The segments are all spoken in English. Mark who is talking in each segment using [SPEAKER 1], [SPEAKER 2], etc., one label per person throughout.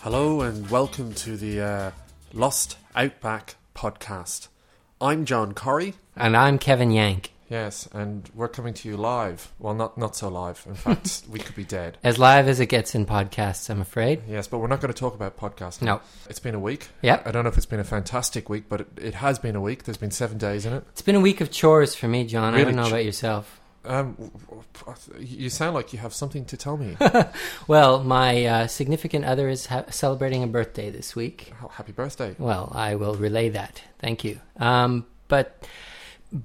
[SPEAKER 1] Hello and welcome to the uh, Lost Outback podcast. I'm John Corrie.
[SPEAKER 2] And I'm Kevin Yank.
[SPEAKER 1] Yes, and we're coming to you live. Well, not not so live. In fact, we could be dead.
[SPEAKER 2] As live as it gets in podcasts, I'm afraid.
[SPEAKER 1] Yes, but we're not going to talk about podcasting.
[SPEAKER 2] No.
[SPEAKER 1] It's been a week.
[SPEAKER 2] Yep.
[SPEAKER 1] I don't know if it's been a fantastic week, but it, it has been a week. There's been seven days in it.
[SPEAKER 2] It's been a week of chores for me, John. I
[SPEAKER 1] Really
[SPEAKER 2] don't know
[SPEAKER 1] ch-
[SPEAKER 2] about yourself.
[SPEAKER 1] Um, w- w- you sound like you have something to tell me.
[SPEAKER 2] Well, my uh, significant other is ha- celebrating a birthday this week.
[SPEAKER 1] Ha- Happy birthday.
[SPEAKER 2] Well, I will relay that. Thank you. Um, but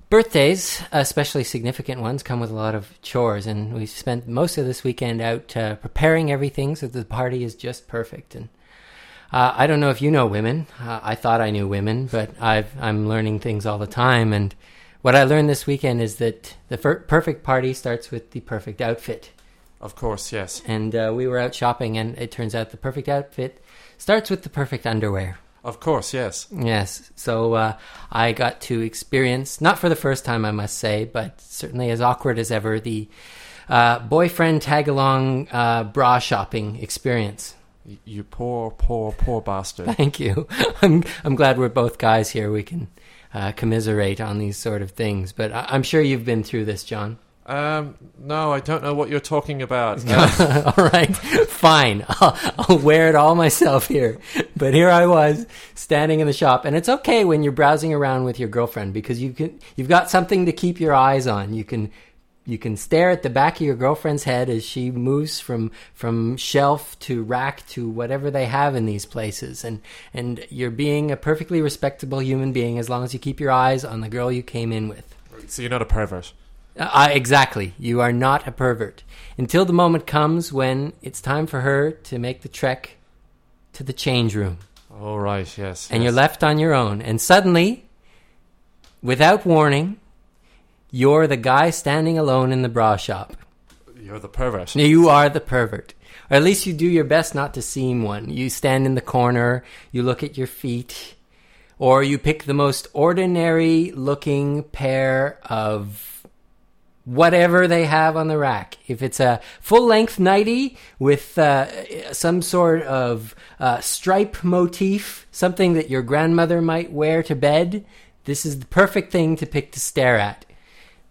[SPEAKER 2] birthdays, especially significant ones, come with a lot of chores, and we spent most of this weekend out uh, preparing everything so that the party is just perfect. And uh, I don't know if you know women. Uh, I thought I knew women, but I've, I'm learning things all the time. And what I learned this weekend is that the fir- perfect party starts with the perfect outfit
[SPEAKER 1] Of course, yes.
[SPEAKER 2] and uh, we were out shopping, and it turns out the perfect outfit starts with the perfect underwear.
[SPEAKER 1] Of course, yes.
[SPEAKER 2] Yes, so uh, I got to experience, not for the first time, I must say, but certainly as awkward as ever, the uh, boyfriend tag along uh, bra shopping experience.
[SPEAKER 1] Y- You poor, poor, poor bastard.
[SPEAKER 2] Thank you. I'm, I'm glad we're both guys here. We can uh, commiserate on these sort of things, but I- I'm sure you've been through this, John.
[SPEAKER 1] Um, no, I don't know what you're talking about.
[SPEAKER 2] all right, fine. I'll, I'll wear it all myself here. But here I was standing in the shop, and it's okay when you're browsing around with your girlfriend because you can you've got something to keep your eyes on. You can you can stare at the back of your girlfriend's head as she moves from from shelf to rack to whatever they have in these places, and and you're being a perfectly respectable human being as long as you keep your eyes on the girl you came in with.
[SPEAKER 1] so you're not a pervert.
[SPEAKER 2] Uh, exactly. You are not a pervert. Until the moment comes when it's time for her to make the trek to the change room.
[SPEAKER 1] All right, yes.
[SPEAKER 2] And
[SPEAKER 1] yes.
[SPEAKER 2] you're left on your own. And suddenly, without warning, you're the guy standing alone in the bra shop.
[SPEAKER 1] You're the pervert.
[SPEAKER 2] Now you are the pervert. Or at least you do your best not to seem one. You stand in the corner, you look at your feet, or you pick the most ordinary looking pair of whatever they have on the rack. If it's a full length nightie with uh, some sort of uh, stripe motif, something that your grandmother might wear to bed, this is the perfect thing to pick to stare at.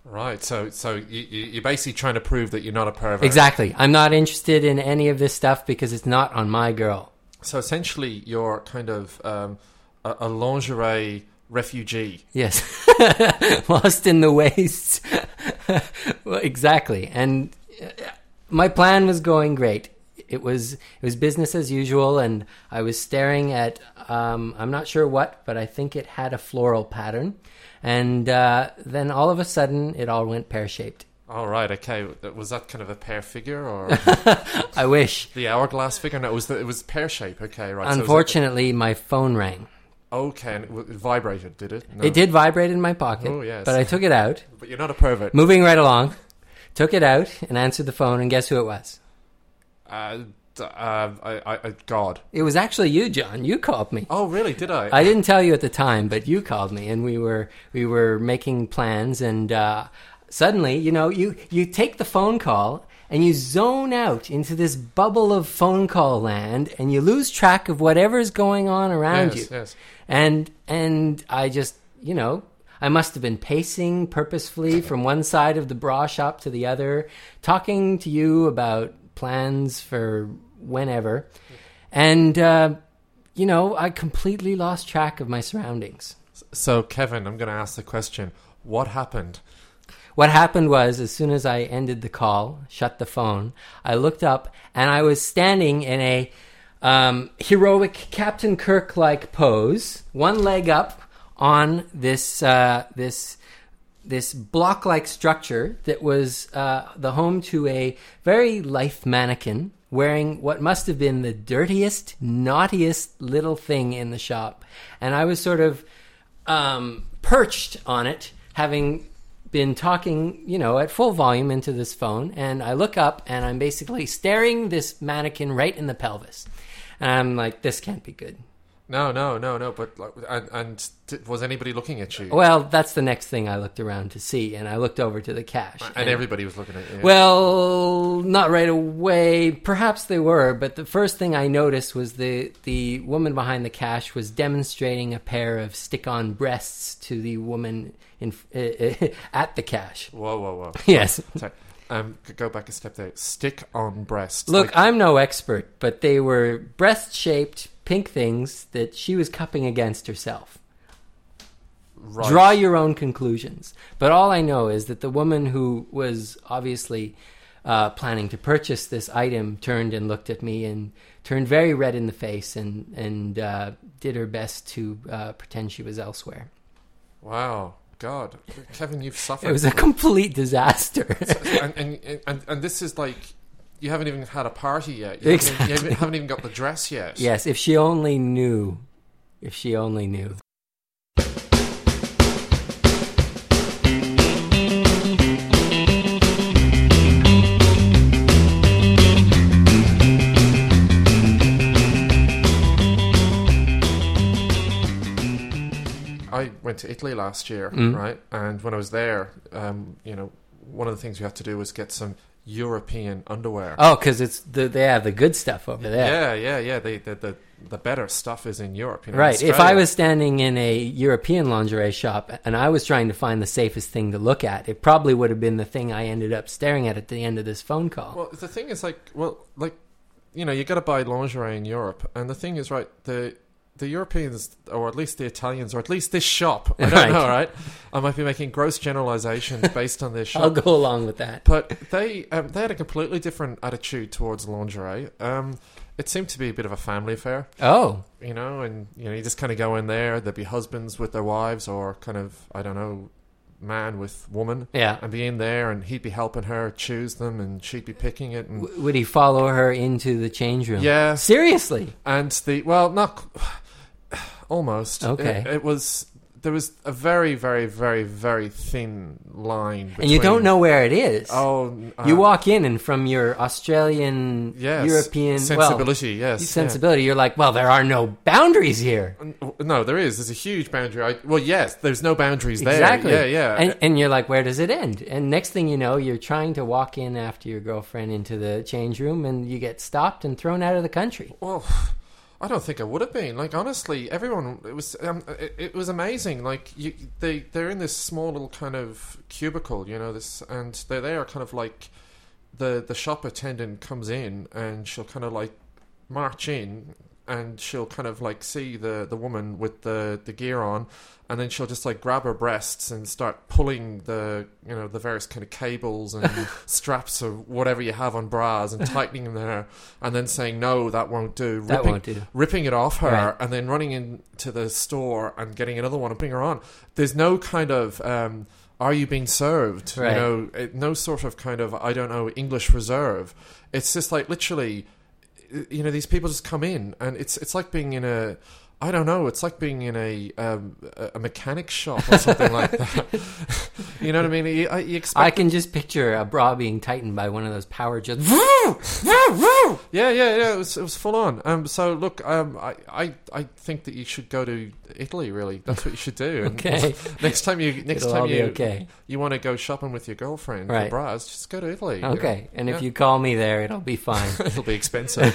[SPEAKER 1] Right, so so you, you- you're basically trying to prove that you're not a pervert.
[SPEAKER 2] Exactly. I'm not interested in any of this stuff because it's not on my girl.
[SPEAKER 1] So essentially, you're kind of um, a, a lingerie refugee.
[SPEAKER 2] Yes. Lost in the wastes. well, exactly. And uh, my plan was going great. It was it was business as usual, and I was staring at um, I'm not sure what, but I think it had a floral pattern. And uh, then all of a sudden, it all went pear shaped.
[SPEAKER 1] All right, okay. Was that kind of a pear figure or
[SPEAKER 2] I wish.
[SPEAKER 1] the hourglass figure? No, it was the, it was pear shape. Okay, right. so it was like-
[SPEAKER 2] Unfortunately, my phone rang.
[SPEAKER 1] okay, and it, w- it vibrated, did it? No.
[SPEAKER 2] It did vibrate in my pocket,
[SPEAKER 1] Oh, yes.
[SPEAKER 2] but I took it out.
[SPEAKER 1] But you're not a pervert.
[SPEAKER 2] Moving right along, took it out and answered the phone, and guess who it was?
[SPEAKER 1] Uh, d- uh, I, I, I, God.
[SPEAKER 2] It was actually you, John. You called me.
[SPEAKER 1] Oh, really? Did I?
[SPEAKER 2] I didn't tell you at the time, but you called me, and we were we were making plans, and uh, suddenly, you know, you you take the phone call and you zone out into this bubble of phone call land, and you lose track of whatever's going on
[SPEAKER 1] yes,
[SPEAKER 2] around you.
[SPEAKER 1] yes.
[SPEAKER 2] And and I just, you know, I must have been pacing purposefully from one side of the bra shop to the other, talking to you about plans for whenever. And uh, you know, I completely lost track of my surroundings.
[SPEAKER 1] So, Kevin, I'm going to ask the question: What happened?
[SPEAKER 2] What happened was, as soon as I ended the call, shut the phone, I looked up and I was standing in a um, heroic Captain Kirk like pose, one leg up on this uh, this this block like structure that was uh, the home to a very lithe mannequin wearing what must have been the dirtiest, naughtiest little thing in the shop, and I was sort of um, perched on it, having been talking, you know, at full volume into this phone, and I look up and I'm basically staring this mannequin right in the pelvis. And I'm like, this can't be good.
[SPEAKER 1] No, no, no, no. But like, and, and t- was anybody looking at you?
[SPEAKER 2] Well, that's the next thing I looked around to see, and I looked over to the cash.
[SPEAKER 1] and everybody was looking at you.
[SPEAKER 2] Well, not right away. Perhaps they were, but the first thing I noticed was the the woman behind the cash was demonstrating a pair of stick-on breasts to the woman in uh, at the cash.
[SPEAKER 1] whoa, whoa, whoa.
[SPEAKER 2] Yes.
[SPEAKER 1] Sorry. Um, g- go back a step there. Stick on breast.
[SPEAKER 2] Look,
[SPEAKER 1] Like,
[SPEAKER 2] I'm no expert, but they were breast-shaped pink things that she was cupping against herself.
[SPEAKER 1] right.
[SPEAKER 2] Draw your own conclusions. But all I know is that the woman who was obviously uh, planning to purchase this item turned and looked at me and turned very red in the face and and uh, did her best to uh, pretend she was elsewhere.
[SPEAKER 1] Wow, God, Kevin, you've suffered.
[SPEAKER 2] It was a complete disaster.
[SPEAKER 1] and, and, and- and and this is like you haven't even had a party yet. You, haven't even- you haven't, haven't even got the dress yet.
[SPEAKER 2] yes, if she only knew. If she only knew.
[SPEAKER 1] I went to Italy last year,
[SPEAKER 2] Mm.
[SPEAKER 1] right? And when I was there, um, you know, one of the things you have to do is get some European underwear.
[SPEAKER 2] Oh, because it's the, they have the good stuff over there.
[SPEAKER 1] yeah, yeah, yeah. They, the, the the better stuff is in Europe. You know, in
[SPEAKER 2] Right. If I
[SPEAKER 1] Australia.
[SPEAKER 2] was standing in a European lingerie shop and I was trying to find the safest thing to look at, it probably would have been the thing I ended up staring at at the end of this phone call.
[SPEAKER 1] Well, the thing is, like, well, like, you know, you got to buy lingerie in Europe, and the thing is, right, the the Europeans, or at least the Italians, or at least this shop, I don't
[SPEAKER 2] Right.
[SPEAKER 1] know, right? I might be making gross generalizations based on this
[SPEAKER 2] I'll
[SPEAKER 1] shop,
[SPEAKER 2] go along with that.
[SPEAKER 1] but they um, they had a completely different attitude towards lingerie. Um, it seemed to be a bit of a family affair,
[SPEAKER 2] Oh,
[SPEAKER 1] you know, and you know, you just kind of go in there. There'd be husbands with their wives, or kind of, I don't know, man with woman.
[SPEAKER 2] yeah.
[SPEAKER 1] And be in there, and he'd be helping her choose them, and she'd be picking it. And
[SPEAKER 2] W- would he follow her into the change room?
[SPEAKER 1] yeah,
[SPEAKER 2] Seriously?
[SPEAKER 1] and the well, not almost.
[SPEAKER 2] Okay.
[SPEAKER 1] it, it was there was a very, very, very, very thin line, between,
[SPEAKER 2] And you don't know where it is.
[SPEAKER 1] Oh, uh,
[SPEAKER 2] you walk in and from your Australian,
[SPEAKER 1] yes,
[SPEAKER 2] European well,
[SPEAKER 1] sensibility. yes, yeah.
[SPEAKER 2] sensibility, you're like, well, there are no boundaries here.
[SPEAKER 1] N- No, there is. There's a huge boundary. I, well, yes, there's no boundaries there.
[SPEAKER 2] Exactly.
[SPEAKER 1] Yeah, yeah.
[SPEAKER 2] And, and you're like, where does it end? And next thing you know, you're trying to walk in after your girlfriend into the change room, and you get stopped and thrown out of the country.
[SPEAKER 1] Well, I don't think I would have been. Like honestly, everyone it was um, it, it was amazing. Like you, they they're in this small little kind of cubicle, you know, this and they're there kind of like the the shop attendant comes in and she'll kind of like march in and she'll kind of like see the the woman with the the gear on and then she'll just like grab her breasts and start pulling the you know the various kind of cables and straps or whatever you have on bras and tightening them there and then saying no that won't do
[SPEAKER 2] That
[SPEAKER 1] ripping,
[SPEAKER 2] won't do.
[SPEAKER 1] ripping it off her
[SPEAKER 2] Right.
[SPEAKER 1] and then running into the store and getting another one and putting her on there's no kind of um are you being served
[SPEAKER 2] Right.
[SPEAKER 1] you know it- no sort of kind of i don't know english reserve it's just like literally you know these people just come in and it's it's like being in a I don't know. It's like being in a um, a a mechanic shop or something like that. you know what I mean? You, I- you expect,
[SPEAKER 2] I can just picture a bra being tightened by one of those power jets.
[SPEAKER 1] yeah, yeah, yeah. It was it was full on. Um, so look, um, I, I I think that you should go to Italy. Really, that's what you should do. And
[SPEAKER 2] Okay.
[SPEAKER 1] next time you next
[SPEAKER 2] It'll
[SPEAKER 1] time
[SPEAKER 2] all be
[SPEAKER 1] you
[SPEAKER 2] okay.
[SPEAKER 1] you want to go shopping with your girlfriend for
[SPEAKER 2] Right.
[SPEAKER 1] bras, just go to Italy. you know.
[SPEAKER 2] Okay, and if
[SPEAKER 1] Yeah.
[SPEAKER 2] you call me there, it'll be fine.
[SPEAKER 1] It'll be expensive.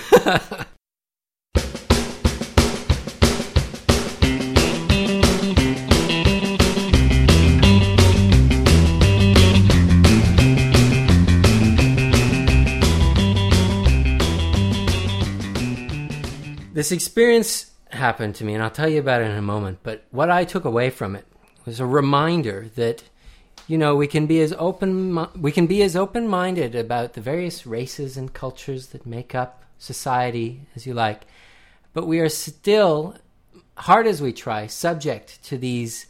[SPEAKER 2] This experience happened to me, and I'll tell you about it in a moment. But what I took away from it was a reminder that, you know, we can be as open mi- we can be as open minded about the various races and cultures that make up society as you like, but we are still, hard as we try, subject to these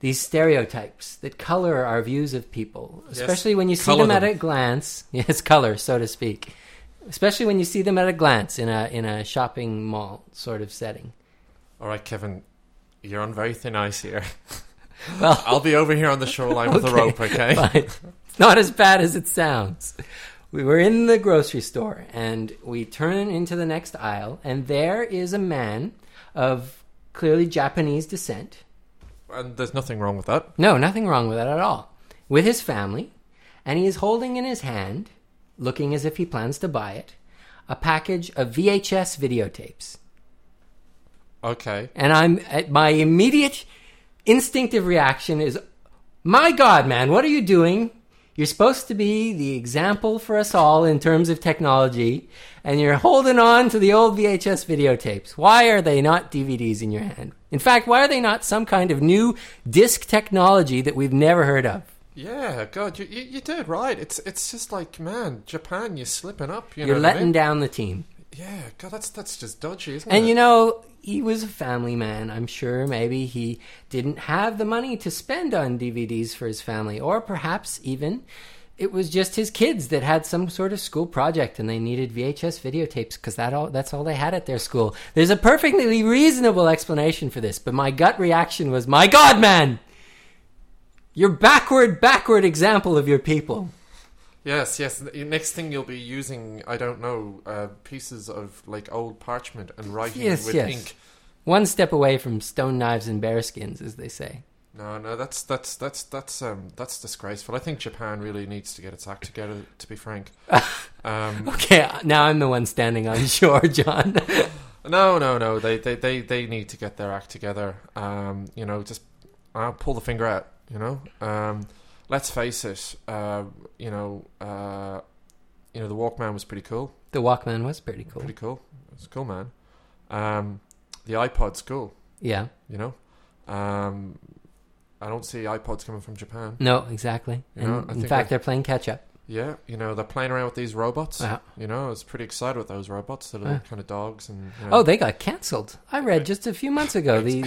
[SPEAKER 2] these stereotypes that color our views of people, especially when you see
[SPEAKER 1] colour
[SPEAKER 2] them at
[SPEAKER 1] them.
[SPEAKER 2] a glance. Yes, color, so to speak especially when you see them at a glance in a in a shopping mall sort of setting.
[SPEAKER 1] All right, Kevin, you're on very thin ice here.
[SPEAKER 2] Well-
[SPEAKER 1] I'll be over here on the shoreline with a
[SPEAKER 2] Okay,
[SPEAKER 1] rope. Okay.
[SPEAKER 2] But it's not as bad as it sounds. We were in the grocery store and we turn into the next aisle, and there is a man of clearly Japanese descent.
[SPEAKER 1] And there's nothing wrong with that.
[SPEAKER 2] No, nothing wrong with that at all. With his family, and he is holding in his hand, looking as if he plans to buy it, a package of VHS videotapes.
[SPEAKER 1] Okay.
[SPEAKER 2] And I'm at my immediate instinctive reaction is, "My god, man, what are you doing? You're supposed to be the example for us all in terms of technology, and you're holding on to the old VHS videotapes. Why are they not DVDs in your hand? In fact, why are they not some kind of new disc technology that we've never heard of?"
[SPEAKER 1] Yeah, God, you, you, you did right. It's it's just like, man, Japan, you're slipping up. You
[SPEAKER 2] You're
[SPEAKER 1] know what I
[SPEAKER 2] letting
[SPEAKER 1] mean?
[SPEAKER 2] down the team.
[SPEAKER 1] Yeah, God, that's that's just dodgy, isn't
[SPEAKER 2] And
[SPEAKER 1] it?
[SPEAKER 2] you know, he was a family man. I'm sure maybe he didn't have the money to spend on DVDs for his family, or perhaps even it was just his kids that had some sort of school project and they needed VHS videotapes because that all that's all they had at their school. There's a perfectly reasonable explanation for this, but my gut reaction was, "My God, man, your backward, backward example of your people."
[SPEAKER 1] Yes, yes. the Next thing you'll be using, I don't know, uh, pieces of like old parchment and writing
[SPEAKER 2] Yes,
[SPEAKER 1] with
[SPEAKER 2] yes.
[SPEAKER 1] ink.
[SPEAKER 2] One step away from stone knives and bearskins, as they say.
[SPEAKER 1] No, no, that's that's that's that's um that's disgraceful. I think Japan really needs to get its act together. To be frank, um,
[SPEAKER 2] Okay, now I'm the one standing on shore, John.
[SPEAKER 1] no, no, no. They, they they they need to get their act together. Um, you know, just uh, pull the finger out. You know, um, let's face it. Uh, you know, uh, you know, the Walkman was pretty cool.
[SPEAKER 2] The Walkman was pretty cool.
[SPEAKER 1] Pretty cool. It's cool, man. Um, the iPod's cool.
[SPEAKER 2] Yeah.
[SPEAKER 1] You know, um, I don't see iPods coming from Japan.
[SPEAKER 2] No, exactly.
[SPEAKER 1] You
[SPEAKER 2] And
[SPEAKER 1] know, I
[SPEAKER 2] in
[SPEAKER 1] think
[SPEAKER 2] fact,
[SPEAKER 1] I-
[SPEAKER 2] they're playing catch up.
[SPEAKER 1] Yeah, you know, they're playing around with these robots.
[SPEAKER 2] Uh-huh.
[SPEAKER 1] You know, I was pretty excited with those robots. They're
[SPEAKER 2] Yeah.
[SPEAKER 1] kind of dogs and. You know,
[SPEAKER 2] Oh, they got canceled. I read just a few months ago the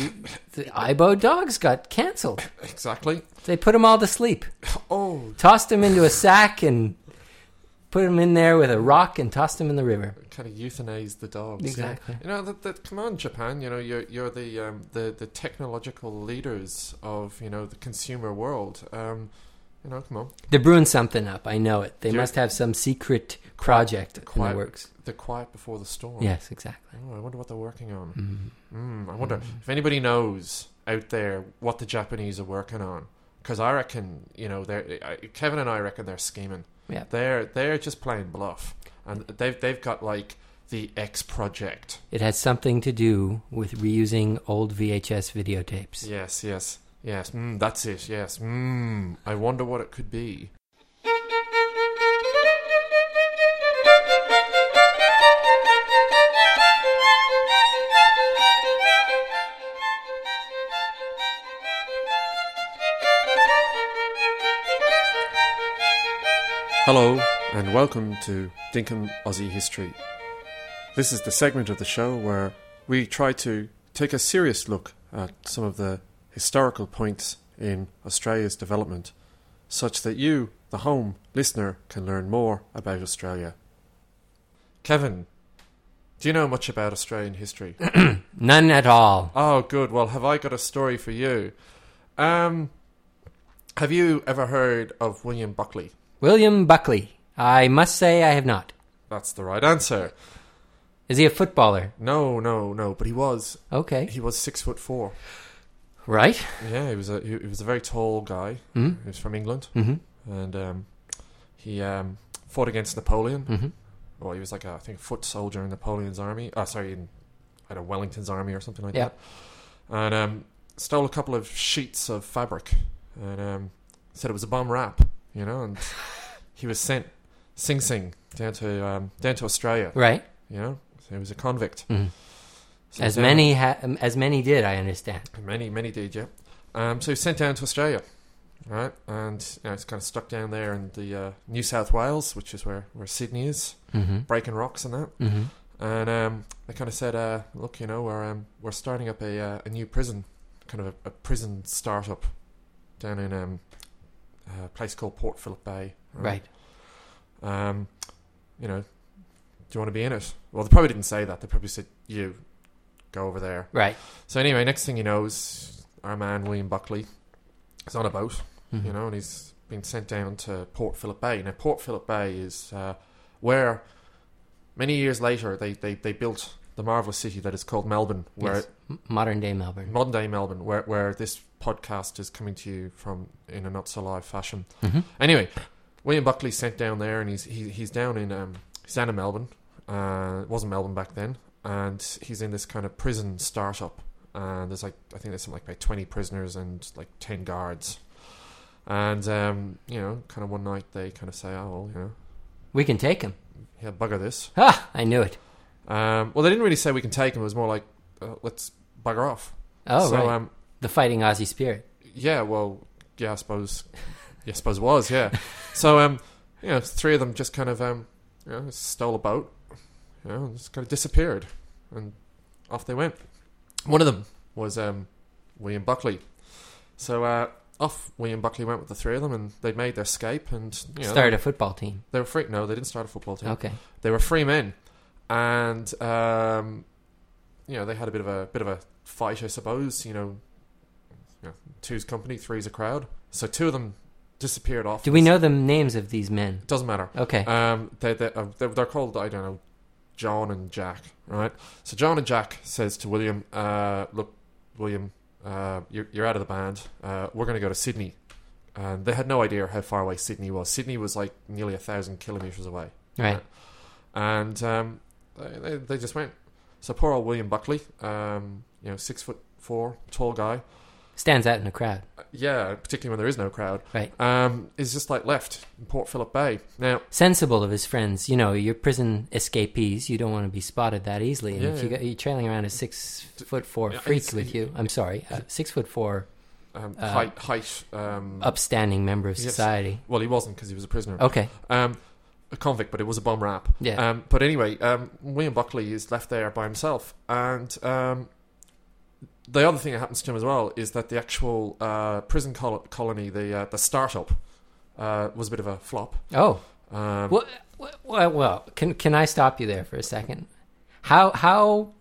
[SPEAKER 2] the Ibo dogs got canceled.
[SPEAKER 1] exactly.
[SPEAKER 2] They put them all to sleep,
[SPEAKER 1] Oh,
[SPEAKER 2] tossed them into a sack, and put them in there with a rock and tossed them in the river.
[SPEAKER 1] kind of euthanized the dogs. yeah.
[SPEAKER 2] Exactly.
[SPEAKER 1] You know that, that come on, Japan. You know you're you're the um, the the technological leaders of you know the consumer world. Um, you know, come on,
[SPEAKER 2] They're brewing something up. I know it. They
[SPEAKER 1] You're-
[SPEAKER 2] must have some secret project in
[SPEAKER 1] Quiet.
[SPEAKER 2] the works.
[SPEAKER 1] the quiet before the storm.
[SPEAKER 2] Yes, exactly.
[SPEAKER 1] Oh, I wonder what they're working on.
[SPEAKER 2] Mhm.
[SPEAKER 1] Mm, I wonder if anybody knows out there what the Japanese are working on. Because I reckon, you know, they're I, Kevin and I reckon they're scheming.
[SPEAKER 2] Yeah.
[SPEAKER 1] They're they're just playing bluff, and they've they've got like the X project.
[SPEAKER 2] It has something to do with reusing old VHS videotapes.
[SPEAKER 1] Yes, yes, yes. Mm, that's it. Yes. Mm, I wonder what it could be. Hello, and welcome to Dinkum Aussie History. This is the segment of the show where we try to take a serious look at some of the historical points in Australia's development, such that you, the home listener, can learn more about Australia. Kevin, do you know much about Australian history?
[SPEAKER 2] None at all.
[SPEAKER 1] oh, good. Well, have I got a story for you? Um, have you ever heard of William Buckley?
[SPEAKER 2] William Buckley. I must say I have not.
[SPEAKER 1] That's the right answer.
[SPEAKER 2] Is he a footballer?
[SPEAKER 1] No, no, no. But he was
[SPEAKER 2] Okay.
[SPEAKER 1] he was six foot four.
[SPEAKER 2] Right?
[SPEAKER 1] Yeah, he was a he, he was a very tall guy.
[SPEAKER 2] hmm
[SPEAKER 1] He was from England,
[SPEAKER 2] hmm
[SPEAKER 1] and um, he um, fought against Napoleon.
[SPEAKER 2] hmm
[SPEAKER 1] Well, he was like a, I think foot soldier in Napoleon's army. Oh, sorry, in I don't know, Wellington's army or something like
[SPEAKER 2] Yeah.
[SPEAKER 1] that. And um, stole a couple of sheets of fabric, and um, said it was a bomb wrap, you know. And he was sent Sing Sing down to um, down to Australia,
[SPEAKER 2] Right?
[SPEAKER 1] you know. So he was a convict.
[SPEAKER 2] Mhm.
[SPEAKER 1] So
[SPEAKER 2] As
[SPEAKER 1] down-
[SPEAKER 2] many ha- um, as many did, I understand.
[SPEAKER 1] many many did, yeah. Um, so he was sent down to Australia, right? And you know, it's kind of stuck down there in the uh, New South Wales, which is where where Sydney is,
[SPEAKER 2] hmm
[SPEAKER 1] breaking rocks and that.
[SPEAKER 2] hmm
[SPEAKER 1] and um, they kind of said, uh, "Look, you know, we're um, we're starting up a uh, a new prison, kind of a, a prison startup down in um, a place called Port Phillip Bay."
[SPEAKER 2] Right.
[SPEAKER 1] Um, you know, do you want to be in it? Well, they probably didn't say that. They probably said, "You go over there."
[SPEAKER 2] Right.
[SPEAKER 1] So anyway, next thing you know, is our man William Buckley is on a boat,
[SPEAKER 2] Mhm.
[SPEAKER 1] you know, and he's been sent down to Port Phillip Bay. Now, Port Phillip Bay is uh, where many years later they, they, they built the marvelous city that is called Melbourne, where
[SPEAKER 2] Yes. M- modern day Melbourne.
[SPEAKER 1] modern day Melbourne, where, where this podcast is coming to you from in a not so live fashion.
[SPEAKER 2] Mhm.
[SPEAKER 1] Anyway, William Buckley sent down there, and he's he, he's down in um, he's down in Melbourne. Uh, it wasn't Melbourne back then, and he's in this kind of prison startup. And there's like I think there's something like about twenty prisoners and like ten guards. And um, you know, kind of one night they kind of say, "Oh, well, you know,
[SPEAKER 2] We can take him.
[SPEAKER 1] yeah, bugger this."
[SPEAKER 2] Ah, I knew it.
[SPEAKER 1] Um, well, they didn't really say we can take him. It was more like, uh, "Let's bugger off."
[SPEAKER 2] Oh,
[SPEAKER 1] so
[SPEAKER 2] right.
[SPEAKER 1] um,
[SPEAKER 2] the fighting Aussie spirit.
[SPEAKER 1] yeah, well, yeah, I suppose, yeah, I suppose it was, yeah. So, um, you know, three of them just kind of, um, you know, stole a boat, you know, and just kind of disappeared, and off they went. One of them was um, William Buckley. So uh, off William Buckley went with the three of them, and they made their escape, and you know,
[SPEAKER 2] Started a football team.
[SPEAKER 1] they were free. No, they didn't start a football team.
[SPEAKER 2] Okay.
[SPEAKER 1] They were free men, and um, you know, they had a bit of a bit of a fight, I suppose. You know, you know, two's company, three's a crowd. So two of them disappeared off.
[SPEAKER 2] Do we know the names of these men?
[SPEAKER 1] It doesn't matter.
[SPEAKER 2] Okay.
[SPEAKER 1] Um, they they uh, they're, they're called I don't know, John and Jack, right? So John and Jack says to William, uh, "Look, William, uh, you're you're out of the band. Uh, we're going to go to Sydney." And they had no idea how far away Sydney was. Sydney was like nearly a thousand kilometers away
[SPEAKER 2] right.
[SPEAKER 1] uh, and um, they, they, they just went. So poor old William Buckley, um, you know, six foot four, tall guy.
[SPEAKER 2] Stands out in a crowd.
[SPEAKER 1] Uh, Yeah, particularly when there is no crowd.
[SPEAKER 2] Right.
[SPEAKER 1] Um, is just like left in Port Phillip Bay. Now,
[SPEAKER 2] Sensible of his friends. You know, your prison escapees. You don't want to be spotted that easily. And
[SPEAKER 1] Yeah,
[SPEAKER 2] if you
[SPEAKER 1] yeah.
[SPEAKER 2] got, you're trailing around a six foot four
[SPEAKER 1] Yeah,
[SPEAKER 2] freak
[SPEAKER 1] it's-
[SPEAKER 2] with you, I'm sorry, uh, six foot four
[SPEAKER 1] um,
[SPEAKER 2] Uh,
[SPEAKER 1] height, height. Um,
[SPEAKER 2] upstanding member of
[SPEAKER 1] Yes.
[SPEAKER 2] society.
[SPEAKER 1] Well, he wasn't because he was a prisoner.
[SPEAKER 2] Okay.
[SPEAKER 1] Um, a convict, but it was a bomb rap.
[SPEAKER 2] Oh. Yeah.
[SPEAKER 1] Um, but anyway, um, William Buckley is left there by himself, and um, the other thing that happens to him as well is that the actual uh, prison col- colony, the uh, the startup, uh, was a bit of a flop.
[SPEAKER 2] oh.
[SPEAKER 1] Um,
[SPEAKER 2] Well, well, well, can can I stop you there for a second? How how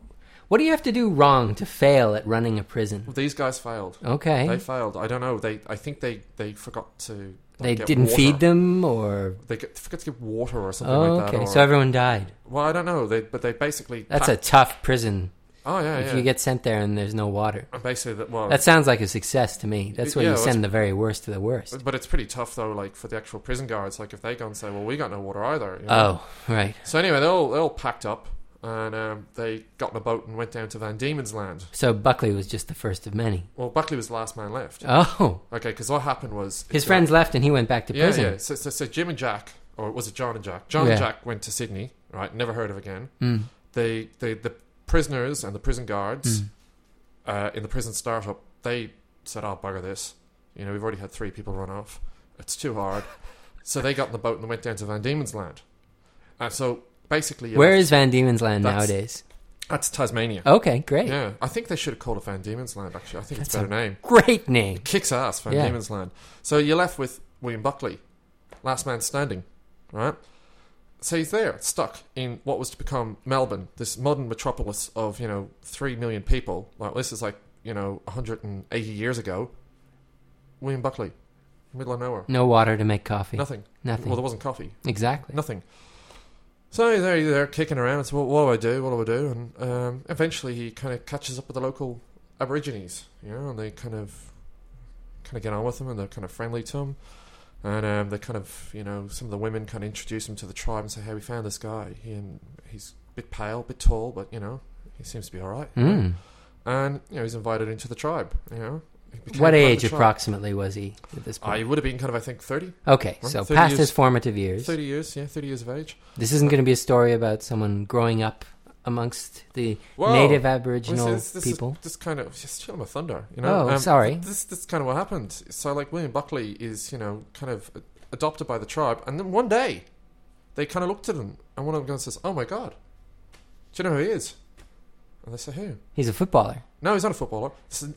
[SPEAKER 2] what do you have to do wrong to fail at running a prison?
[SPEAKER 1] These guys failed.
[SPEAKER 2] Okay.
[SPEAKER 1] They
[SPEAKER 2] They,
[SPEAKER 1] failed. I don't know. They I think they they forgot to. like, get
[SPEAKER 2] didn't
[SPEAKER 1] water.
[SPEAKER 2] feed them or
[SPEAKER 1] They get, forgot to get water or something
[SPEAKER 2] Oh,
[SPEAKER 1] like that.
[SPEAKER 2] okay.
[SPEAKER 1] or-
[SPEAKER 2] So everyone died.
[SPEAKER 1] well, I don't know. They but they basically
[SPEAKER 2] That's a
[SPEAKER 1] packed-
[SPEAKER 2] tough prison
[SPEAKER 1] Oh yeah,
[SPEAKER 2] if
[SPEAKER 1] yeah.
[SPEAKER 2] you get sent there and there's no water.
[SPEAKER 1] And basically that. Well,
[SPEAKER 2] That sounds like a success to me. That's where
[SPEAKER 1] Yeah,
[SPEAKER 2] you
[SPEAKER 1] well,
[SPEAKER 2] send the very worst to the worst.
[SPEAKER 1] But it's pretty tough though, like for the actual prison guards. Like if they go and say, "Well, we got no water either." you know.
[SPEAKER 2] Oh, right.
[SPEAKER 1] So anyway, they all they all packed up and um, they got in a boat and went down to Van Diemen's Land.
[SPEAKER 2] So Buckley was just the first of many.
[SPEAKER 1] Well, Buckley was the last man left.
[SPEAKER 2] Oh,
[SPEAKER 1] Okay, because what happened was
[SPEAKER 2] his
[SPEAKER 1] Yeah.
[SPEAKER 2] friends left and he went back to
[SPEAKER 1] Yeah,
[SPEAKER 2] prison.
[SPEAKER 1] yeah. So, so, so Jim and Jack, or was it John and Jack? John
[SPEAKER 2] Yeah.
[SPEAKER 1] and Jack went to Sydney. Right, never heard of again.
[SPEAKER 2] Mm.
[SPEAKER 1] They, they the prisoners and the prison guards
[SPEAKER 2] Mm.
[SPEAKER 1] uh, in the prison startup. They said, "Oh bugger this! You know, we've already had three people run off. It's too hard." so they got in the boat and went down to Van Diemen's Land. Uh, so basically, you
[SPEAKER 2] Where
[SPEAKER 1] know,
[SPEAKER 2] is Van Diemen's Land
[SPEAKER 1] That's-
[SPEAKER 2] nowadays?
[SPEAKER 1] that's Tasmania?
[SPEAKER 2] Okay, great.
[SPEAKER 1] Yeah, I think they should have called it Van Diemen's Land. Actually, I think it's
[SPEAKER 2] That's
[SPEAKER 1] a better name.
[SPEAKER 2] Great name.
[SPEAKER 1] kicks ass Van
[SPEAKER 2] Yeah.
[SPEAKER 1] Diemen's Land. So you're left with William Buckley, last man standing, right? So he's there, stuck in what was to become Melbourne, this modern metropolis of you know three million people. Like this is like you know 180 years ago. William Buckley, middle of nowhere,
[SPEAKER 2] No water to make coffee.
[SPEAKER 1] nothing.
[SPEAKER 2] Mm. Nothing.
[SPEAKER 1] Well, there wasn't coffee,
[SPEAKER 2] exactly.
[SPEAKER 1] nothing. So he's there, he's there kicking around. So what, what do I do? What do I do? And um, eventually he kind of catches up with the local Aborigines, you know, and they kind of kind of get on with him, and they're kind of friendly to him. And um, they kind of, you know, some of the women kind of introduce him to the tribe and say, "Hey, we found this guy. He and he's a bit pale, a bit tall, but you know, he seems to be all right."
[SPEAKER 2] Mm.
[SPEAKER 1] And you know, he's invited into the tribe. You know, He became
[SPEAKER 2] What
[SPEAKER 1] part of the
[SPEAKER 2] age
[SPEAKER 1] tribe.
[SPEAKER 2] approximately was he at this
[SPEAKER 1] I
[SPEAKER 2] point?
[SPEAKER 1] would have been kind of, I think, 30,
[SPEAKER 2] okay,
[SPEAKER 1] Well,
[SPEAKER 2] so
[SPEAKER 1] 30
[SPEAKER 2] past his
[SPEAKER 1] years-
[SPEAKER 2] formative years.
[SPEAKER 1] 30 years, yeah, 30 years of age.
[SPEAKER 2] This isn't going to be a story about someone growing up amongst the
[SPEAKER 1] Whoa.
[SPEAKER 2] native
[SPEAKER 1] Well,
[SPEAKER 2] Aboriginal
[SPEAKER 1] this, this,
[SPEAKER 2] people.
[SPEAKER 1] This, kind of just chill my thunder, you know. Um,
[SPEAKER 2] Oh, sorry.
[SPEAKER 1] th- This this is kind of what happened. So like William Buckley is you know kind of adopted by the tribe, and then one day they kind of looked at him, and one of them goes says, "Oh my god, do you know who he is?" And they say, "Who?"
[SPEAKER 2] He's a footballer.
[SPEAKER 1] No, he's not a footballer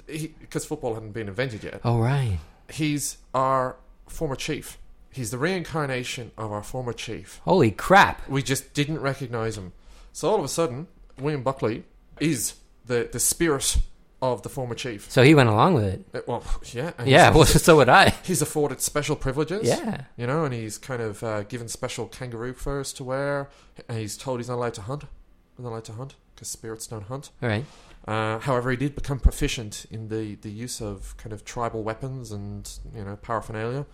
[SPEAKER 1] because football hadn't been invented yet.
[SPEAKER 2] Oh, right.
[SPEAKER 1] He's our former chief. He's the reincarnation of our former chief.
[SPEAKER 2] Holy crap.
[SPEAKER 1] We just didn't recognize him. So all of a sudden, William Buckley is the, the spirit of the former chief.
[SPEAKER 2] So he went along with it.
[SPEAKER 1] Uh, Well, yeah, and
[SPEAKER 2] Yeah,
[SPEAKER 1] he's-
[SPEAKER 2] well, so would I.
[SPEAKER 1] he's afforded special privileges.
[SPEAKER 2] Yeah.
[SPEAKER 1] You know, and he's kind of uh, given special kangaroo furs to wear. And he's told he's not allowed to hunt. He's not allowed to hunt because spirits don't hunt.
[SPEAKER 2] All right.
[SPEAKER 1] Uh, however, he did become proficient in the, the use of kind of tribal weapons and, you know, paraphernalia.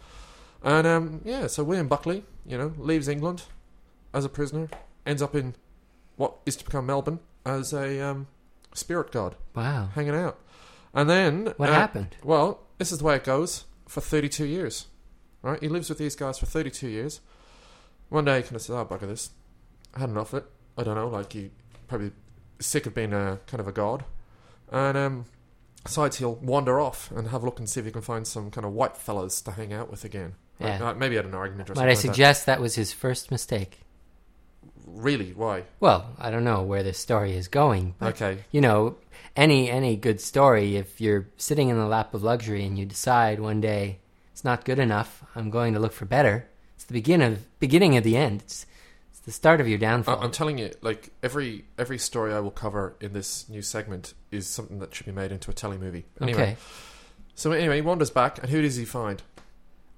[SPEAKER 1] And, um, yeah, so William Buckley, you know, leaves England as a prisoner, ends up in what is to become Melbourne as a um, spirit guard,
[SPEAKER 2] Wow.
[SPEAKER 1] hanging out. And then.
[SPEAKER 2] What
[SPEAKER 1] uh,
[SPEAKER 2] happened?
[SPEAKER 1] well, this is the way it goes for 32 years. Right? He lives with these guys for 32 years. One day he kind of says, oh, bugger this. I had enough of it. I don't know, like, he probably sick of being a kind of a god. And um, decides he'll wander off and have a look and see if he can find some kind of white fellas to hang out with again. Like,
[SPEAKER 2] Yeah.
[SPEAKER 1] like, maybe at an argument or something.
[SPEAKER 2] Might I
[SPEAKER 1] like that.
[SPEAKER 2] suggest that was his first mistake?
[SPEAKER 1] Really? Why?
[SPEAKER 2] Well, I don't know where this story is going, but
[SPEAKER 1] Okay.
[SPEAKER 2] you know, any any good story, if you're sitting in the lap of luxury and you decide one day it's not good enough, I'm going to look for better. It's the begin of beginning of the end. It's it's the start of your
[SPEAKER 1] I-
[SPEAKER 2] downfall.
[SPEAKER 1] I'm telling you, like every every story I will cover in this new segment is something that should be made into a telly movie. Anyway,
[SPEAKER 2] okay.
[SPEAKER 1] So anyway, he wanders back, and who does he find?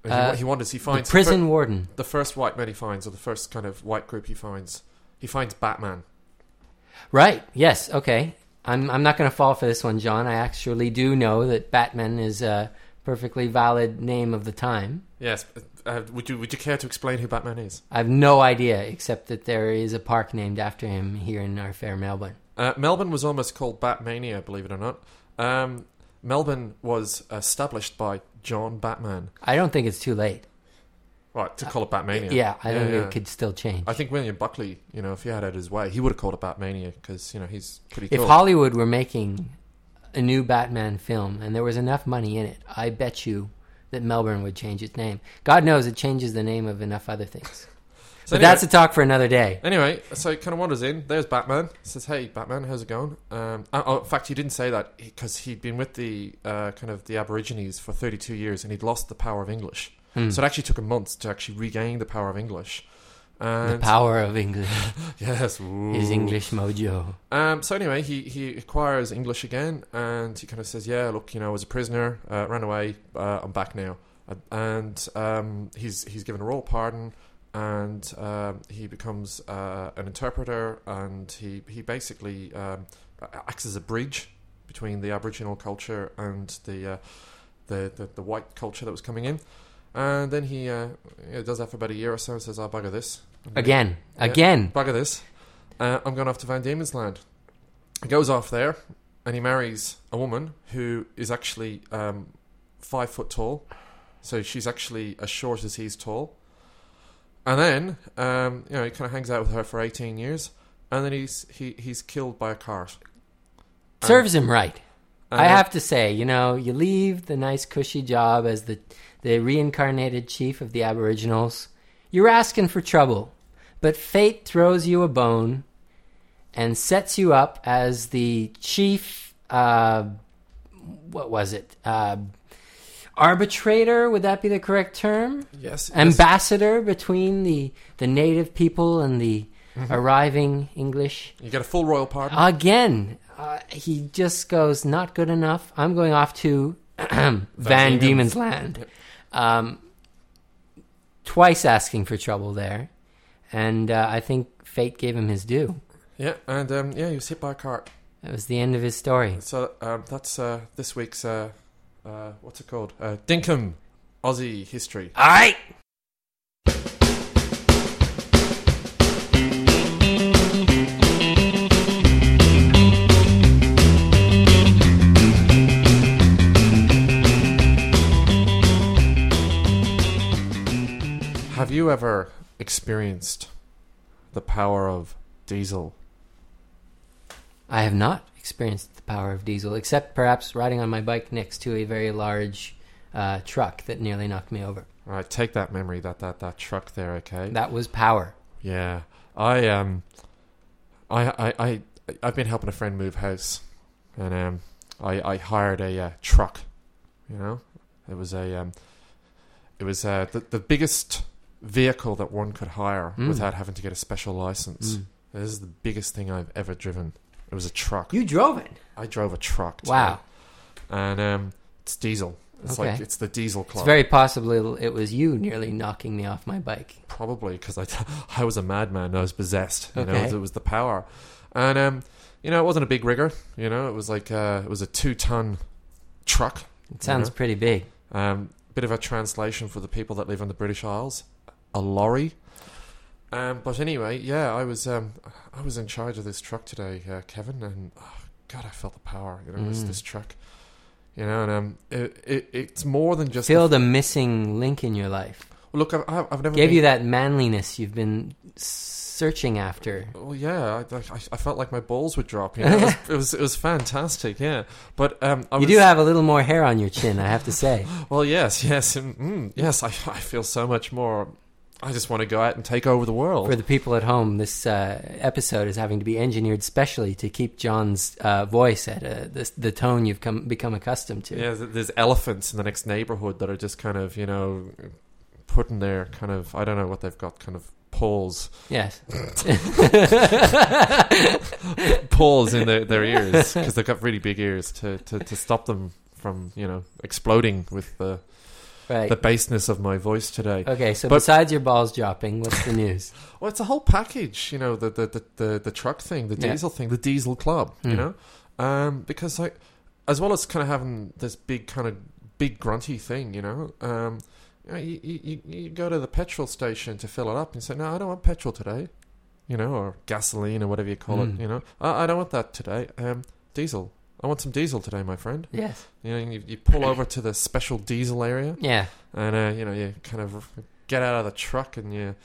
[SPEAKER 1] He,
[SPEAKER 2] Uh,
[SPEAKER 1] he wanders. He
[SPEAKER 2] The
[SPEAKER 1] finds the
[SPEAKER 2] prison
[SPEAKER 1] fir-
[SPEAKER 2] warden.
[SPEAKER 1] the first white man he finds, or the first kind of white group he finds. He finds Batman.
[SPEAKER 2] Right. Yes. Okay. I'm I'm not going to fall for this one, John. I actually do know that Batman is a perfectly valid name of the time.
[SPEAKER 1] Yes. Uh, would you Would you care to explain who Batman is?
[SPEAKER 2] I have no idea except that there is a park named after him here in our fair Melbourne.
[SPEAKER 1] Uh, Melbourne was almost called Batmania, believe it or not. Um, Melbourne was established by John Batman.
[SPEAKER 2] I don't think it's too late.
[SPEAKER 1] Right to call it Batmania.
[SPEAKER 2] Uh, Yeah, I don't think
[SPEAKER 1] yeah.
[SPEAKER 2] it could still change.
[SPEAKER 1] I think William Buckley, you know, if he had had his way, he would have called it Batmania because you know he's pretty
[SPEAKER 2] If
[SPEAKER 1] cool.
[SPEAKER 2] Hollywood were making a new Batman film and there was enough money in it, I bet you that Melbourne would change its name. God knows it changes the name of enough other things.
[SPEAKER 1] So
[SPEAKER 2] but
[SPEAKER 1] anyway-
[SPEAKER 2] that's a talk for another day.
[SPEAKER 1] Anyway, so he kind of wanders in. There's Batman. Says, "Hey, Batman, how's it going?" Um, oh, oh, in fact, he didn't say that because he'd been with the uh, kind of the Aborigines for 32 years, and he'd lost the power of English.
[SPEAKER 2] Hmm.
[SPEAKER 1] So it actually took him months to actually regain the power of English. And
[SPEAKER 2] the power of English
[SPEAKER 1] yes,
[SPEAKER 2] is
[SPEAKER 1] ooh.
[SPEAKER 2] English mojo.
[SPEAKER 1] Um, so anyway, he, he acquires English again, and he kind of says, "Yeah, look, you know, I was a prisoner, uh, ran away, uh, I'm back now." Uh, And um, he's he's given a royal pardon, and um, he becomes uh, an interpreter, and he he basically um, acts as a bridge between the Aboriginal culture and the uh, the, the the white culture that was coming in. And then he uh, you know, does that for about a year or so, and says, "I'll bugger this I'm gonna
[SPEAKER 2] Again,
[SPEAKER 1] Yeah.
[SPEAKER 2] again.
[SPEAKER 1] bugger this. Uh, I'm going off to Van Diemen's Land. He goes off there and he marries a woman who is actually um, five foot tall. So she's actually as short as he's tall. And then, um, you know, he kind of hangs out with her for 18 years. And then he's he, he's killed by a cart. And-
[SPEAKER 2] Serves him right.
[SPEAKER 1] and
[SPEAKER 2] I
[SPEAKER 1] then-
[SPEAKER 2] have to say, you know, you leave the nice cushy job as the the reincarnated chief of the Aboriginals. You're asking for trouble, but fate throws you a bone and sets you up as the chief. Uh, what was it? Uh, arbitrator? Would that be the correct term?
[SPEAKER 1] uh, Yes. yes.
[SPEAKER 2] Ambassador between the the native people and the
[SPEAKER 1] Mm-hmm.
[SPEAKER 2] arriving English
[SPEAKER 1] you get a full royal pardon.
[SPEAKER 2] Uh-huh. again uh, he just goes not good enough i'm going off to van
[SPEAKER 1] Diemen's.
[SPEAKER 2] diemen's land um, twice asking for trouble there and uh, i think fate gave him his due
[SPEAKER 1] yeah. And um, yeah, he was hit by a cart.
[SPEAKER 2] that was the end of his story
[SPEAKER 1] So um, that's uh, this week's, uh, uh, what's it called? Uh, Dinkum Aussie history.
[SPEAKER 2] all right
[SPEAKER 1] Have you ever experienced the power of diesel?
[SPEAKER 2] i have not experienced the power of diesel except perhaps riding on my bike next to a very large uh, truck that nearly knocked me over
[SPEAKER 1] All right, take that memory, that that that truck there, okay?
[SPEAKER 2] that was power
[SPEAKER 1] Yeah, I um, I I I I've been helping a friend move house, and um, I I hired a uh, truck. You know, it was a um, it was uh, the the biggest vehicle that one could hire
[SPEAKER 2] Mm.
[SPEAKER 1] without having to get a special license.
[SPEAKER 2] Mm.
[SPEAKER 1] This is the biggest thing I've ever driven. It was a truck.
[SPEAKER 2] You drove it.
[SPEAKER 1] I drove a truck. too.
[SPEAKER 2] Wow.
[SPEAKER 1] And um, it's diesel. It's like
[SPEAKER 2] Okay.
[SPEAKER 1] it's the diesel club.
[SPEAKER 2] It's very possibly it was you nearly knocking me off my bike.
[SPEAKER 1] probably because I, I was a madman. I was possessed. You know,
[SPEAKER 2] Okay.
[SPEAKER 1] it was the power, and um, you know, it wasn't a big rigger. You know, it was like uh, it was a two-ton truck.
[SPEAKER 2] It sounds
[SPEAKER 1] Mhm.
[SPEAKER 2] pretty big.
[SPEAKER 1] Um, bit of a translation for the people that live in the British Isles, a lorry. Um, but anyway, yeah, I was um, I was in charge of this truck today, uh, Kevin, and oh, God, I felt the power. You know, this
[SPEAKER 2] Mm.
[SPEAKER 1] this truck. You know, and um, it, it, it's more than just.
[SPEAKER 2] Filled a missing link in your life.
[SPEAKER 1] look, I've, I've I've never
[SPEAKER 2] Gave
[SPEAKER 1] been-
[SPEAKER 2] you that manliness you've been searching after.
[SPEAKER 1] Well, Oh, yeah, I, I, I felt like my balls would drop. You know? it, was, it was it was fantastic. Yeah, but um, I
[SPEAKER 2] you
[SPEAKER 1] was,
[SPEAKER 2] do have a little more hair on your chin, I have to say.
[SPEAKER 1] Well, yes, yes, and, mm, yes. I I feel so much more. I just want to go out and take over the world.
[SPEAKER 2] For the people at home, this uh, episode is having to be engineered specially to keep John's uh, voice at uh the, the tone you've come, become accustomed to.
[SPEAKER 1] yeah, th- there's elephants in the next neighborhood that are just kind of you know putting their kind of I don't know what they've got kind of paws
[SPEAKER 2] Yes.
[SPEAKER 1] paws in their, their ears because they've got really big ears to, to, to stop them from you know exploding with the
[SPEAKER 2] right.
[SPEAKER 1] the baseness of my voice today.
[SPEAKER 2] Okay, so
[SPEAKER 1] But-
[SPEAKER 2] besides your balls dropping, what's the news?
[SPEAKER 1] Well, it's a whole package, you know, the the the, the, the truck thing, the
[SPEAKER 2] Yeah.
[SPEAKER 1] diesel thing, the diesel club, you
[SPEAKER 2] Hmm.
[SPEAKER 1] know, um, because like, as well as kind of having this big kind of big grunty thing, you know, um, you, know, you, you you- you go to the petrol station to fill it up and say, no, I don't want petrol today, you know, or gasoline or whatever you call
[SPEAKER 2] Hmm.
[SPEAKER 1] it, you know, I, I don't want that today, um, diesel. I want some diesel today, my friend.
[SPEAKER 2] yes.
[SPEAKER 1] You know, and you, you pull over to the special diesel area,
[SPEAKER 2] Yeah.
[SPEAKER 1] and uh, you know you kind of get out of the truck and you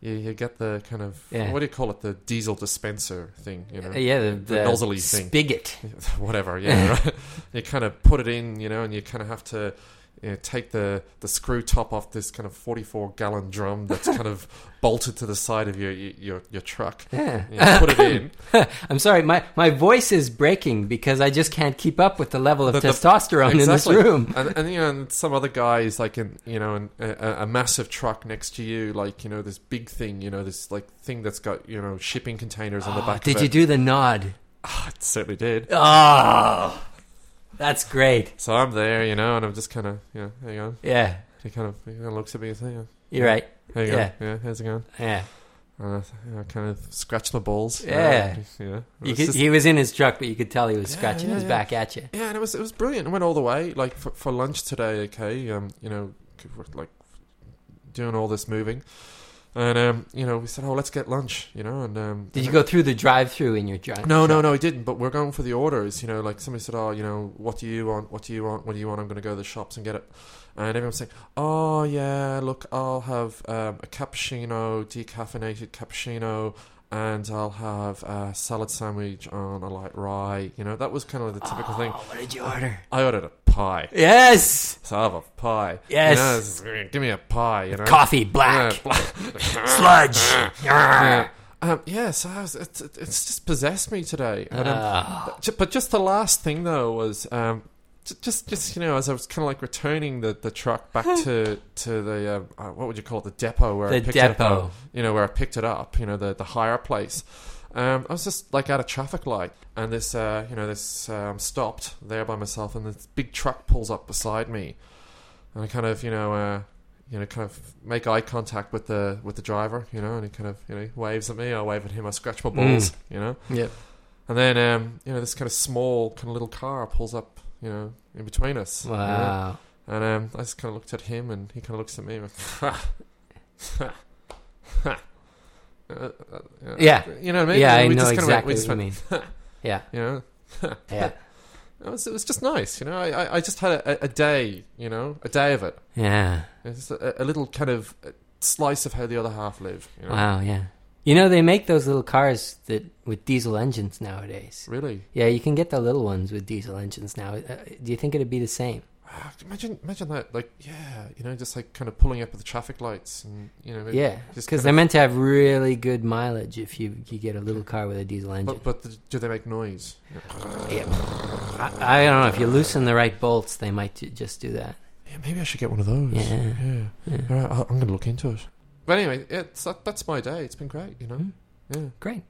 [SPEAKER 1] you, you get the kind of
[SPEAKER 2] Yeah.
[SPEAKER 1] what do you call it the diesel dispenser thing you know
[SPEAKER 2] Uh, yeah, the,
[SPEAKER 1] the
[SPEAKER 2] the
[SPEAKER 1] nozzly thing.
[SPEAKER 2] spigot.
[SPEAKER 1] whatever yeah right? you kind of put it in you know and you kind of have to you know, take the the screw top off this kind of 44 gallon drum that's kind of bolted to the side of your your your truck
[SPEAKER 2] Yeah.
[SPEAKER 1] you know, put it in
[SPEAKER 2] I'm sorry, my, my voice is breaking because I just can't keep up with the level of
[SPEAKER 1] The- the-
[SPEAKER 2] testosterone
[SPEAKER 1] Exactly.
[SPEAKER 2] in this room.
[SPEAKER 1] and, and you know, and some other guy is like in you know, in a, a massive truck next to you, like you know, this big thing, you know, this like thing that's got you know shipping containers on the
[SPEAKER 2] Oh,
[SPEAKER 1] back.
[SPEAKER 2] did
[SPEAKER 1] of
[SPEAKER 2] you
[SPEAKER 1] it.
[SPEAKER 2] do the nod?
[SPEAKER 1] Ah, it certainly did.
[SPEAKER 2] Oh, that's great.
[SPEAKER 1] So I'm there, you know, and I'm just kind of, you know, hang on.
[SPEAKER 2] Yeah,
[SPEAKER 1] He kind of, he kind of looks at me and says,
[SPEAKER 2] you're right.
[SPEAKER 1] "Hey,
[SPEAKER 2] Yeah.
[SPEAKER 1] yeah, yeah, how's it going?"
[SPEAKER 2] Yeah,
[SPEAKER 1] And I, you know, I kind of scratch my balls. you know,
[SPEAKER 2] Yeah.
[SPEAKER 1] and, yeah. It
[SPEAKER 2] you
[SPEAKER 1] was
[SPEAKER 2] could,
[SPEAKER 1] just-
[SPEAKER 2] he was in his truck, but you could tell he was
[SPEAKER 1] Yeah,
[SPEAKER 2] scratching
[SPEAKER 1] yeah,
[SPEAKER 2] his
[SPEAKER 1] yeah.
[SPEAKER 2] back at you.
[SPEAKER 1] Yeah, and it was it was brilliant. It went all the way. Like for, for lunch today, okay, um, you know, we're, like doing all this moving, and um, you know, we said, oh, let's get lunch, you know, and um,
[SPEAKER 2] Did you go through the drive-through in your truck?
[SPEAKER 1] No, no, no, he didn't. But we're going for the orders. You know, like somebody said, oh, you know, what do you want? What do you want? What do you want? I'm going to go to the shops and get it. And everyone's saying, oh yeah, look, I'll have um, a cappuccino, decaffeinated cappuccino. And I'll have a salad sandwich on a light rye. You know, that was kind of the typical
[SPEAKER 2] oh,
[SPEAKER 1] thing.
[SPEAKER 2] What did you order?
[SPEAKER 1] I ordered a pie.
[SPEAKER 2] Yes,
[SPEAKER 1] So I have a pie.
[SPEAKER 2] Yes.
[SPEAKER 1] You know, this is- give me a pie, you know.
[SPEAKER 2] coffee black
[SPEAKER 1] Yeah, black.
[SPEAKER 2] sludge.
[SPEAKER 1] Yeah. Um, yeah, so I was, it, it, it's just possessed me today. And, um,
[SPEAKER 2] Ah.
[SPEAKER 1] ju- but just the last thing, though, was um, ju- just, just you know, as I was kind of like returning the, the truck back to, to the, um, uh, what would you call it, the depot where I
[SPEAKER 2] the
[SPEAKER 1] picked it up
[SPEAKER 2] depot.
[SPEAKER 1] you know, where I picked it up, you know, the, the higher place. Um, I was just like at a traffic light, and this, uh, you know, this um, stopped there by myself, and this big truck pulls up beside me, and I kind of, you know, uh, you know, kind of make eye contact with the with the driver, you know, and he kind of, you know, waves at me. I wave at him. I scratch my balls,
[SPEAKER 2] Mm.
[SPEAKER 1] you know,
[SPEAKER 2] Yep.
[SPEAKER 1] and then, um, you know, this kind of small, kind of little car pulls up, you know, in between us. you know.
[SPEAKER 2] Wow.
[SPEAKER 1] And um, I just kind of looked at him, and he kind of looks at me. And went, ha, ha, ha. Uh, uh, uh,
[SPEAKER 2] Yeah.
[SPEAKER 1] you know what I mean.
[SPEAKER 2] yeah, I
[SPEAKER 1] And we
[SPEAKER 2] know
[SPEAKER 1] just kinda went-
[SPEAKER 2] exactly
[SPEAKER 1] we
[SPEAKER 2] what
[SPEAKER 1] just
[SPEAKER 2] you
[SPEAKER 1] went,
[SPEAKER 2] mean. yeah,
[SPEAKER 1] you know,
[SPEAKER 2] yeah,
[SPEAKER 1] it was it was just nice. You know, I I, I just had a, a day. You know, a day of it.
[SPEAKER 2] yeah.
[SPEAKER 1] It's a, a little kind of uh, slice of how the other half live. You know?
[SPEAKER 2] Wow, yeah. You know they make those little cars that with diesel engines nowadays.
[SPEAKER 1] Really,
[SPEAKER 2] Yeah, you can get the little ones with diesel engines now. Uh, do you think it'd be the same?
[SPEAKER 1] Ah, imagine imagine that. Like, yeah, you know, just like kind of pulling up at the traffic lights, and you know, maybe
[SPEAKER 2] Yeah,
[SPEAKER 1] just
[SPEAKER 2] because
[SPEAKER 1] kind
[SPEAKER 2] they're
[SPEAKER 1] of-
[SPEAKER 2] meant to have really good mileage if you, you get a little car with a diesel engine.
[SPEAKER 1] But, but do they make noise?
[SPEAKER 2] Yeah. I, I don't know if you loosen the right bolts, they might ju- just do that.
[SPEAKER 1] Yeah, maybe I should get one of those.
[SPEAKER 2] Yeah.
[SPEAKER 1] yeah.
[SPEAKER 2] Yeah.
[SPEAKER 1] All right, I- I'm going to look into it. But anyway,
[SPEAKER 2] Hmm.
[SPEAKER 1] it's that, that's my day. It's been great, you know.
[SPEAKER 2] Mm.
[SPEAKER 1] Yeah.
[SPEAKER 2] Great.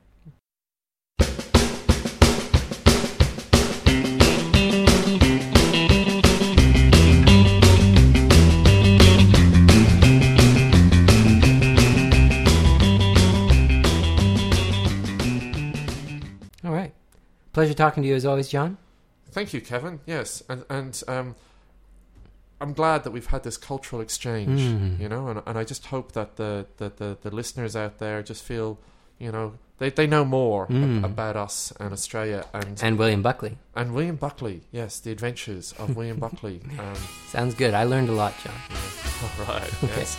[SPEAKER 2] pleasure talking to you as always, John.
[SPEAKER 1] Thank you, Kevin. Yes, and and um, I'm glad that we've had this cultural exchange.
[SPEAKER 2] Mm.
[SPEAKER 1] You know, and, and I just hope that the, that the the listeners out there just feel, you know, they, they know more ab-
[SPEAKER 2] Mm.
[SPEAKER 1] about us and Australia and
[SPEAKER 2] And William Buckley.
[SPEAKER 1] and William Buckley. Yes, the adventures of William Buckley. Um,
[SPEAKER 2] Sounds good. I learned a lot, John.
[SPEAKER 1] all right. Yes.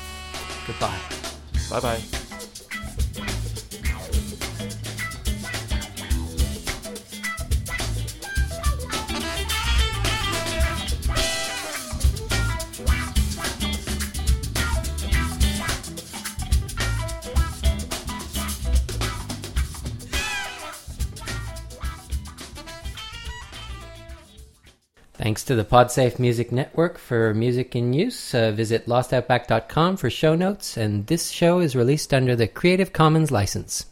[SPEAKER 2] Goodbye.
[SPEAKER 1] Bye bye.
[SPEAKER 2] Thanks to the PodSafe Music Network for music in use. Uh, visit lostoutback.com for show notes, and this show is released under the Creative Commons license.